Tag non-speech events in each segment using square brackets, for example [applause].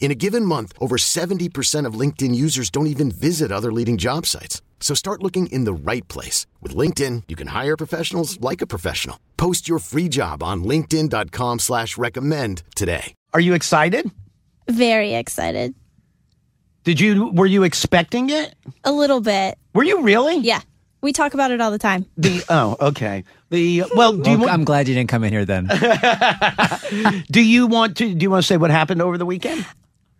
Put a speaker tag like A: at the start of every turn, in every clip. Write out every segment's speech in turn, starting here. A: In a given month, over 70% of LinkedIn users don't even visit other leading job sites. So start looking in the right place. With LinkedIn, you can hire professionals like a professional. Post your free job on linkedin.com slash recommend today.
B: Are you excited?
C: Very excited.
B: Did you were you expecting it?
C: A little bit.
B: Were you really?
C: Yeah. We talk about it all the time.
B: The oh, okay. The well, do you
D: Well,
B: want,
D: I'm glad you didn't come in
B: [laughs]
D: here then.
B: do you want to do you want to say what happened over the weekend?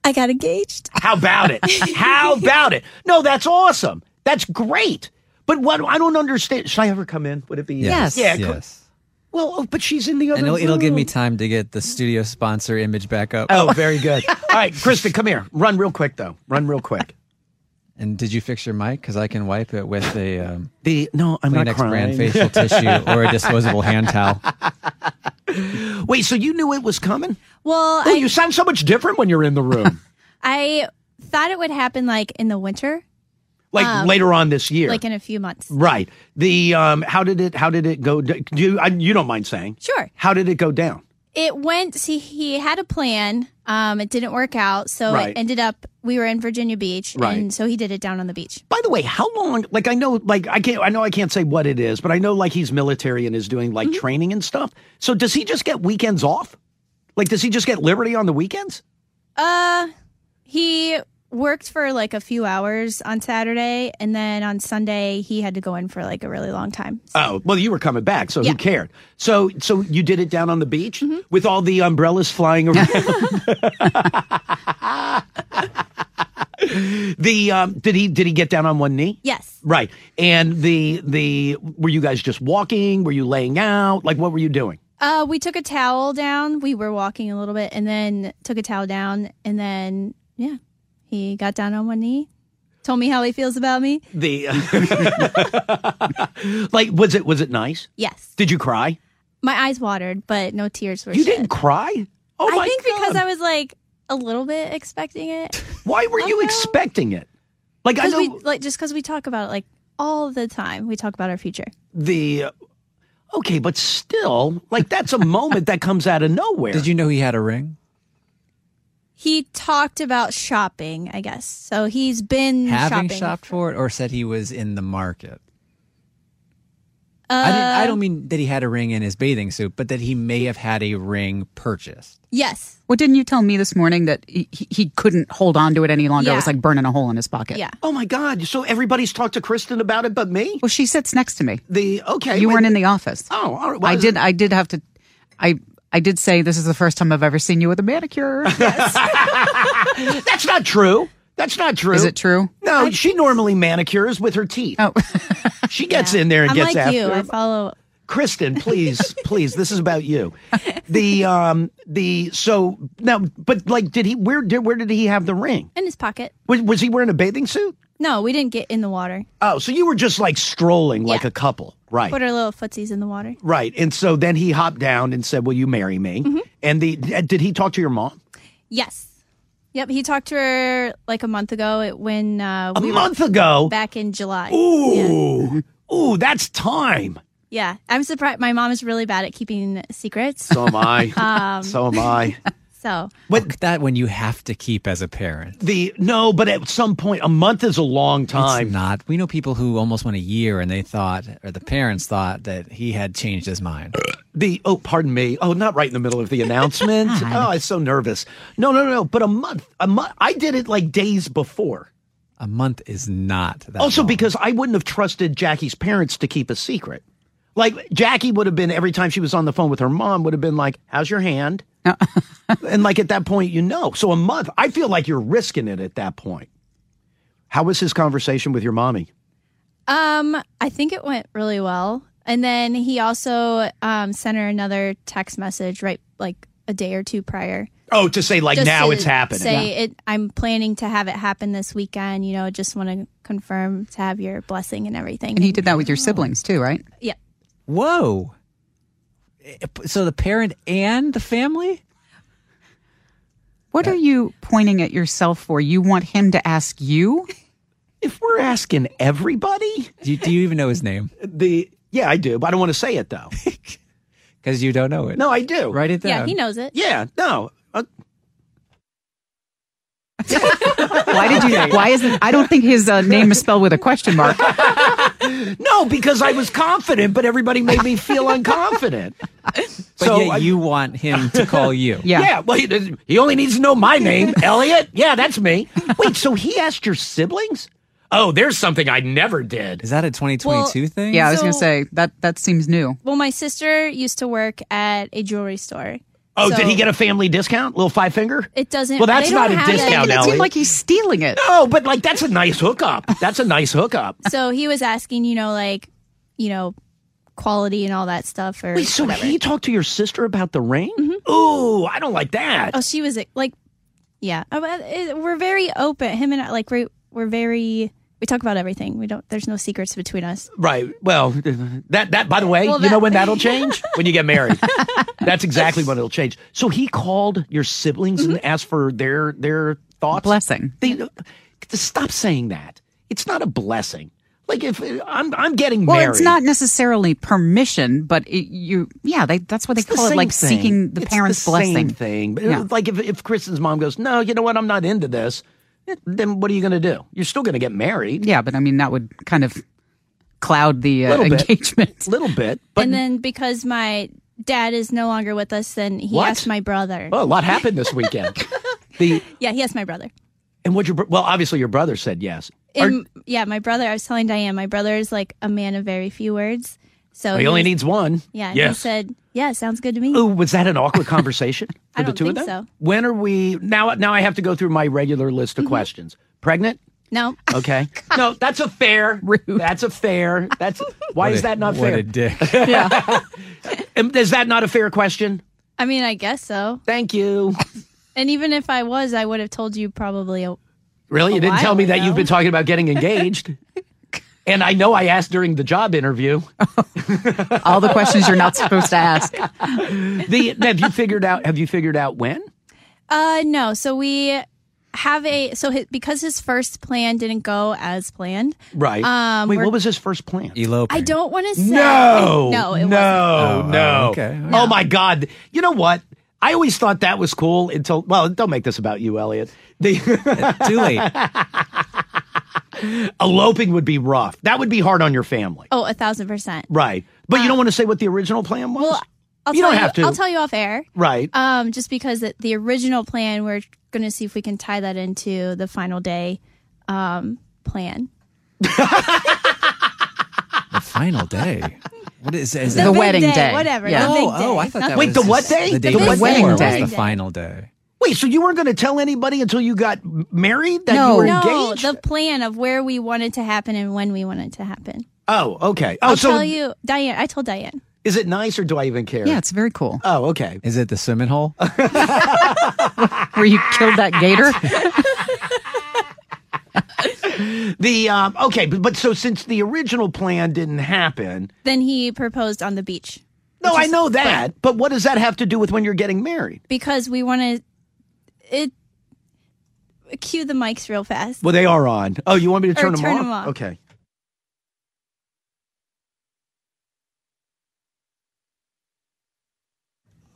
C: I got engaged.
B: How about it? How about it? No, that's awesome. That's great. But what I don't understand. Should I have her come in? Would it be
D: Yes.
B: Yeah. co-
D: Yes.
B: Well, oh, but she's in the other.
D: And it'll, it'll give me
B: room.
D: time to get the studio sponsor image back up.
B: Oh, very good. All right, Kristen, come here. Run real quick though. Run real quick.
D: [laughs] And did you fix your mic? Because I can wipe it with a um,
B: The no, I'm not
D: Kleenex
B: crying. [laughs]
D: brand facial tissue or a disposable hand towel.
B: Wait, so you knew it was coming?
C: Well,
B: Oh,
C: I,
B: you sound so much different when you're in the room.
C: I thought it would happen like in the winter,
B: like later on this year.
C: like in a few months.
B: Right. The um, how did it how did it go? Do you I, you don't mind saying?
C: Sure.
B: How did it go down?
C: It went, see, he had a plan. Um, it didn't work out. So
B: Right.
C: it ended up, we were in Virginia Beach.
B: Right.
C: And so he did it down on the beach.
B: By the way, how long? Like I know, like I can't. I know I can't say what it is, but I know like he's military and is doing like training and stuff. So does he just get weekends off? Like does he just get liberty on the weekends?
C: Uh, he worked for like a few hours on Saturday. And then on Sunday, he had to go in for like a really long time.
B: Oh well, you were coming back, so
C: Yeah.
B: who cared? So so you did it down on the beach with all the umbrellas flying around. [laughs] the um, did he did he get down on one knee?
C: Yes.
B: Right. And the the were you guys just walking? Were you laying out? Like what were you doing?
C: Uh, we took a towel down. We were walking a little bit, and then took a towel down, and then yeah, he got down on one knee, told me how he feels about me.
B: The [laughs] Like was it was it nice?
C: Yes,
B: Did you cry?
C: my eyes watered, but no tears were.
B: You
C: shed.
B: didn't cry? Oh my
C: I think
B: God.
C: because I was like a little bit expecting it,
B: Why were you
C: know.
B: expecting it? Like I
C: because
B: know
C: we like just because we talk about it like all the time. We talk about our future.
B: the Okay, but still, like that's a moment that comes out of nowhere.
D: Did you know he had a ring?
C: He talked about shopping, I guess. So he's been
D: Having
C: shopping. Uh,
D: shopped for it, or said he was in the market? I, didn't, I don't mean that he had a ring in his bathing suit, but that he may have had a ring purchased.
C: Yes.
E: Well, didn't you tell me this morning that he, he- he couldn't hold on to it any longer?
C: Yeah.
E: It was like burning a hole in his pocket.
C: Yeah.
B: Oh my god, so everybody's talked to Kristen about it but me?
E: Well, she sits next to me.
B: The okay.
E: you
B: wait-
E: weren't in the office.
B: Oh, all right.
E: I
B: Well,
E: did. uh, I did have to. I I did say this is the first time I've ever seen you with
B: [laughs]
E: a manicure.
B: That's not true. That's not true.
E: is it true?
B: No, she normally manicures with her teeth.
E: Oh,
B: [laughs] She gets in there and
C: I'm
B: gets
C: like
B: after
C: you. I
B: him.
C: follow.
B: Kristen,
C: [laughs]
B: please, please, this is about you. The um the so now, but like, did he where did where did he have the ring?
C: In his pocket.
B: Was, was he wearing a bathing suit?
C: No, we didn't get in the water.
B: Oh, so you were just like strolling like
C: Yeah.
B: a couple, right?
C: Put our little footsies in the water.
B: right. And so then he hopped down and said, "Will you marry me?"
C: Mm-hmm.
B: And the did he talk to your mom?
C: Yes. Yep. He talked to her like a month ago it- when uh,
B: A
C: we
B: month
C: were
B: ago.
C: back in July.
B: Ooh, ooh, that's time.
C: Yeah. I'm surprised. My mom is really bad at keeping secrets.
B: So am
C: [laughs]
B: I.
C: Um,
B: so am I.
C: So
D: But that one you have to keep as a parent.
B: The no, but at some point, a month is a long
D: It's
B: time.
D: not. We know people who almost went a year and they thought, or the parents thought, that he had changed his mind.
B: The oh, pardon me. Oh, not right in the middle of
D: [laughs]
B: the announcement. oh, I'm so nervous. No, no, no. But a month, a month. I did it like days before.
D: A month is not that.
B: Also,
D: long.
B: because I wouldn't have trusted Jackie's parents to keep a secret. Like Jackie would have been every time she was on the phone with her mom would have been like, "How's your hand?"
D: Uh.
B: [laughs] and like at that point, you know. So a month, I feel like you're risking it at that point. How was his conversation with your mommy?
C: Um, I think it went really well. And then he also um, sent her another text message right like a day or two prior.
B: Oh, to say like
C: Just
B: now
C: to
B: it's happening.
C: Say it. I'm planning to have it happen this weekend. You know, just want to confirm to have your blessing and everything.
E: And he did that with your siblings too, right?
C: Yeah.
D: Whoa. So the parent and the family?
E: What are you pointing at yourself for? You want him to ask you?
B: if we're asking everybody,
D: Do you, do you even know his name? [laughs]
B: the yeah, I do, but I don't want to say it though.
D: Because you don't know it.
B: No, I [laughs] do.
D: Write it down.
C: Yeah, he knows it.
B: Yeah. No. Uh,
E: Why did
B: [laughs]
E: you? Why isn't? I don't think his uh, name is spelled with a question mark.
B: no, because I was confident, but everybody made me feel [laughs] unconfident.
D: But
B: so
D: yet
B: I-
D: you want him to call
B: [laughs]
D: you.
E: Yeah.
B: well, he, he only needs to know my [laughs] name, Elliot. Yeah, that's me. Wait, so he asked your siblings? Oh, there's something I never did.
D: Is that a 2022
C: Well,
D: thing?
E: Yeah, I was gonna
C: So-
E: say that. That seems new.
C: Well, my sister used to work at a jewelry store.
B: Oh,
C: So
B: did he get a family discount? Little five finger?
C: It doesn't.
B: Well, that's
C: they don't
B: not a
C: have that.
B: discount,
E: It
B: Ellie.
E: seemed like he's stealing it.
B: Oh, but like that's a nice hookup. That's a nice hookup.
C: So he was asking, you know, like, you know, quality and all that stuff. Or
B: Wait, so
C: whatever. Mm-hmm.
B: he talked to your sister about the ring? Ooh, I don't like that.
C: Oh, she was like, yeah. Oh, but it- We're very open. Him and I, like, we're, we're very, we talk about everything. We don't, there's no secrets between us.
B: Right. Well, that that by the way,
C: Well,
B: you know
C: that-
E: [laughs]
B: when that'll change? when you get married. That's exactly when it'll change. So he called your siblings and asked for their their thoughts.
E: Mm-hmm. Blessing.
B: They, stop saying that. It's not a blessing. Like if I'm I'm getting
E: Well,
B: married.
E: it's not necessarily permission, but it, you, yeah, they, that's what they
B: It's the
E: call it,
B: same
E: like
B: thing.
E: seeking the
B: It's
E: parents'
B: the
E: blessing.
B: Same thing. But
E: Yeah.
B: Like if if Kristen's mom goes, "No, you know what? I'm not into this." eh, Then what are you going to do? You're still going to get married.
E: Yeah, but I mean that would kind of cloud the uh,
B: Little bit. [laughs]
E: engagement.
B: A little bit, but
C: and then because my dad is no longer with us, then he
B: What?
C: asked my brother.
B: oh, a lot happened this
E: [laughs]
B: weekend. the
C: Yeah, he asked my brother.
B: And what your bro- well, obviously your brother said yes. Or-
C: And, yeah, my brother, I was telling Diane, my brother is like a man of very few words. So
B: he only needs one.
C: yeah, he
B: Yes.
C: said, yeah, sounds good to me.
B: Ooh, was that an awkward
C: [laughs]
B: conversation for
C: I
B: the
C: don't
B: two of them?
C: think so. Mm-hmm.
B: When are we now? Now I have to go through my regular list of questions. Pregnant?
C: No,
B: Okay. no, that's a fair.
E: Rude.
B: That's a fair. That's why
D: What
B: is
D: a-
B: that not
D: what
B: fair?
D: a dick.
B: [laughs] Am- is that not a fair question?
C: [laughs] I mean, I guess so.
B: Thank
C: [laughs]
B: you.
C: And even if I was, I would have told you probably. A,
B: Really, you
C: A
B: didn't tell
C: while
B: me that
C: ago.
B: you've been talking about getting
C: [laughs]
B: engaged. And I know I asked during the job interview.
E: All the questions you're not supposed to ask.
B: The have you figured out? Have you figured out when?
C: uh, no. So we have a so his, because his first plan didn't go as planned.
B: Right.
C: Um,
B: Wait,
C: we're-
B: what was his first plan?
D: Eloping.
C: I don't want to say.
B: No,
C: no, it wasn't.
B: no,
D: Oh,
B: no.
D: oh, okay.
B: Oh my God! You know what? I always thought that was cool until well, don't make this about you, Elliot. The [laughs]
D: Too late.
B: eloping would be rough. That would be hard on your family,
C: Oh, a thousand percent.
B: right? But you don't want to say what the original plan was.
C: Well, I'll
B: you
C: tell
B: don't
C: you,
B: have to,
C: I'll tell you off air.
B: right?
C: Um, just because the, the original plan, we're going to see if we can tie that into the final day, um, plan.
D: The final day. What is, is
E: The
D: that?
C: big
E: wedding day.
C: Whatever.
E: Yeah.
C: The
D: Oh,
C: big day.
D: oh, I thought
C: Not
D: that
C: the-
B: Wait,
D: was
B: the
D: just
B: what day?
D: The day
B: The
D: before
E: wedding
D: was
E: day.
D: the
C: Day.
D: final day.
B: Wait, so you weren't going to tell anybody until you got m- married that you
E: No.
B: were
C: No,
B: engaged?
C: the plan of where we wanted to happen and when we wanted to happen.
B: oh, okay. Oh,
C: I'll
B: so
C: tell you, Diane. I told Diane.
B: is it nice or do I even care?
E: Yeah, it's very cool.
B: Oh, okay.
D: Is it the swimming
B: [laughs]
D: hole?
E: Where you killed that gator?
B: The um, okay, but, but so since the original plan didn't happen,
C: Then he proposed on the beach
B: No, I know that. But what does that have to do with when you're getting married?
C: because we want to. It cue the mics real fast.
B: Well, they are on. Oh, you want me to
C: Or
B: turn, them,
C: turn
B: off?
C: them off.
B: Okay.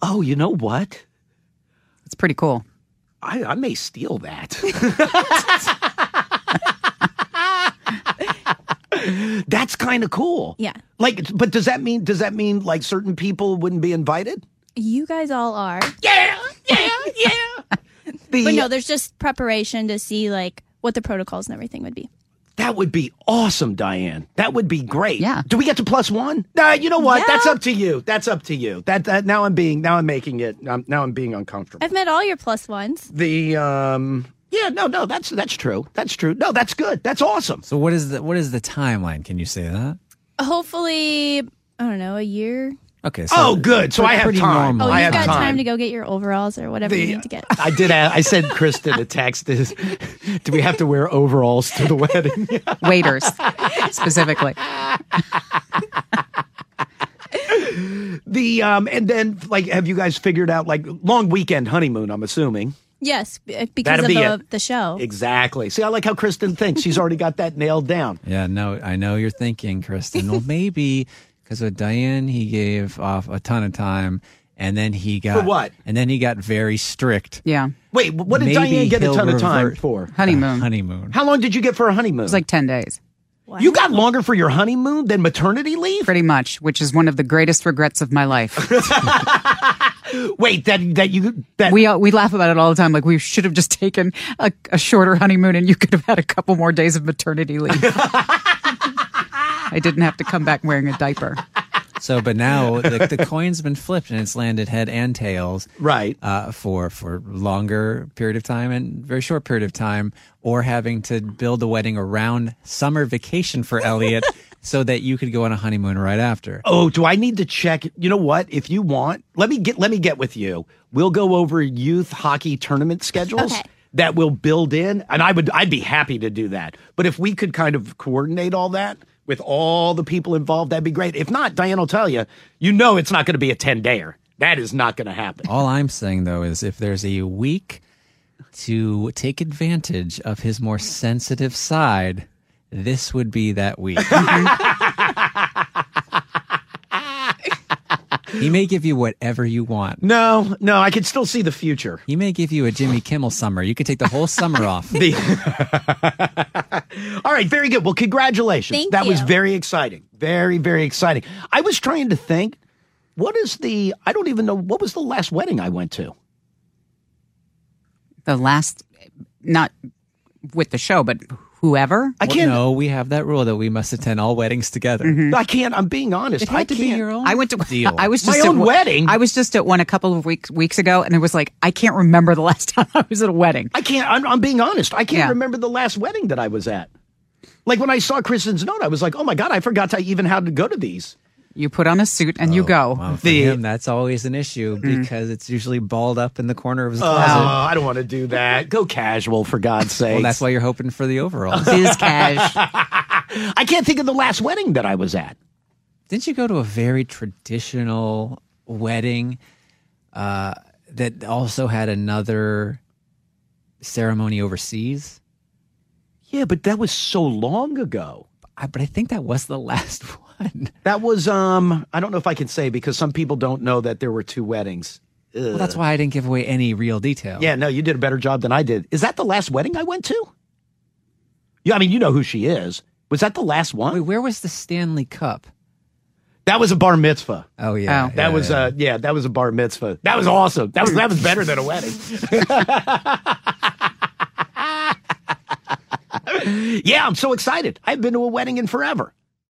B: Oh, you know what?
E: It's pretty cool.
B: I, I may steal that. [laughs] That's kind of cool.
C: Yeah,
B: Like, but does that mean does that mean like certain people wouldn't be invited?
C: you guys all are.
B: Yeah, yeah, yeah. [laughs] The-
C: But no, there's just preparation to see like what the protocols and everything would be.
B: That would be awesome, Diane. That would be great.
E: Yeah.
B: Do we get to plus one? Nah, you know what?
C: Yeah.
B: That's up to you. That's up to you. That, that now I'm being now I'm making it um, now I'm being uncomfortable.
C: I've met all your plus ones.
B: the um yeah no no that's that's true that's true no that's good that's awesome.
D: So what is the what is the timeline? Can you say that?
C: Hopefully, I don't know, a year.
D: Okay. So
B: Oh good. So I have
D: pretty
B: time.
D: normal.
C: Oh,
D: I
C: you've
D: have
C: got time.
D: time.
C: to go get your overalls or whatever you need to get.
B: I did. Ask, I said Chris did a text. [laughs] Is do we have to wear overalls to the wedding? [laughs]
E: Waiters, specifically.
B: the um and then like have you guys figured out like long weekend honeymoon? I'm assuming.
C: Yes, b- because
B: That'll
C: of
B: be
C: the,
B: it.
C: the show.
B: Exactly. See, I like how Kristen thinks. She's already got that nailed down.
D: Yeah, no, I know you're thinking, Kristen. well, maybe because with Diane, he gave off a ton of time, and then he got
B: what?
D: And then he got very strict.
E: Yeah.
B: Wait, what did
D: Maybe
B: Diane get a
D: he'll
B: ton of time
D: revert-
B: for?
D: [laughs]
E: Honeymoon.
D: Honeymoon.
B: How long did you get for a honeymoon?
E: It's like 10 days,
B: you got longer for your honeymoon than maternity leave.
E: pretty much, which is one of the greatest regrets of my life.
B: Wait, that that you that
E: we all, we laugh about it all the time. Like we should have just taken a, a shorter honeymoon, and you could have had a couple more days of maternity leave. I didn't have to come back wearing a diaper.
D: So, but now the, the coin's been flipped and it's landed head and tails.
B: right?
D: Uh, for for longer period of time and very short period of time, or having to build the wedding around summer vacation for Elliot, so that you could go on a honeymoon right after.
B: Oh, do I need to check? You know what? If you want, let me get let me get with you. We'll go over youth hockey tournament schedules
C: Okay.
B: that will build in, and I would I'd be happy to do that. But if we could kind of coordinate all that with all the people involved, that'd be great. If not, Diane will tell you. You know, it's not going to be a ten dayer. That is not going to happen.
D: All I'm saying though is if there's a week to take advantage of his more sensitive side, this would be that week. he may give you whatever you want.
B: No, no, I could still see the future.
D: He may give you a Jimmy Kimmel summer. You could take the whole summer off.
B: The- [laughs] All right, very good. Well, congratulations.
C: Thank
B: that was
C: you.
B: very exciting. Very, very exciting. I was trying to think, what is the I don't even know what was the last wedding I went to?
E: The last, not with the show, but whoever.
B: I
D: Well,
B: can't
D: no, we have that rule that we must attend all weddings together.
B: I can't I'm being honest.
D: It
B: I
D: had to be
B: can't.
D: your own.
E: I went to.
D: deal.
E: I was
B: My
E: just at
B: own
E: one-
B: wedding?
E: I was just at one a couple of weeks weeks ago, and it was like I can't remember the last [laughs] time I was at a wedding.
B: I can't I'm, I'm being honest. I can't
E: Yeah.
B: remember the last wedding that I was at. Like when I saw Kristen's note, I was like, "Oh my god, I forgot to even how to go to these."
E: You put on a suit and
B: Oh,
E: you go.
D: Well, for
B: The-
D: him, that's always an issue because it's usually balled up in the corner of his
B: Oh,
D: closet.
B: I don't want to do that. Go casual for God's sake.
D: [laughs] well, that's why you're hoping for the
E: [laughs]
D: overalls.
E: Biz cash.
B: I can't think of the last wedding that I was at.
D: Didn't you go to a very traditional wedding uh, that also had another ceremony overseas?
B: Yeah, but that was so long ago.
D: I, but I think that was the [laughs] last one.
B: That was um I don't know if I can say because some people don't know that there were two weddings.
D: Well, that's why I didn't give away any real detail.
B: Yeah, no, you did a better job than I did. Is that the last wedding I went to? Yeah, I mean, you know who she is. Was that the last one?
D: Wait, where was the Stanley Cup?
B: that was a bar mitzvah.
D: Oh yeah,
E: Oh.
B: That
D: yeah,
B: was
D: yeah.
B: uh yeah, that was a bar mitzvah. That was awesome. That was that was better than a wedding. [laughs] yeah, I'm so excited. I haven't been to a wedding in forever.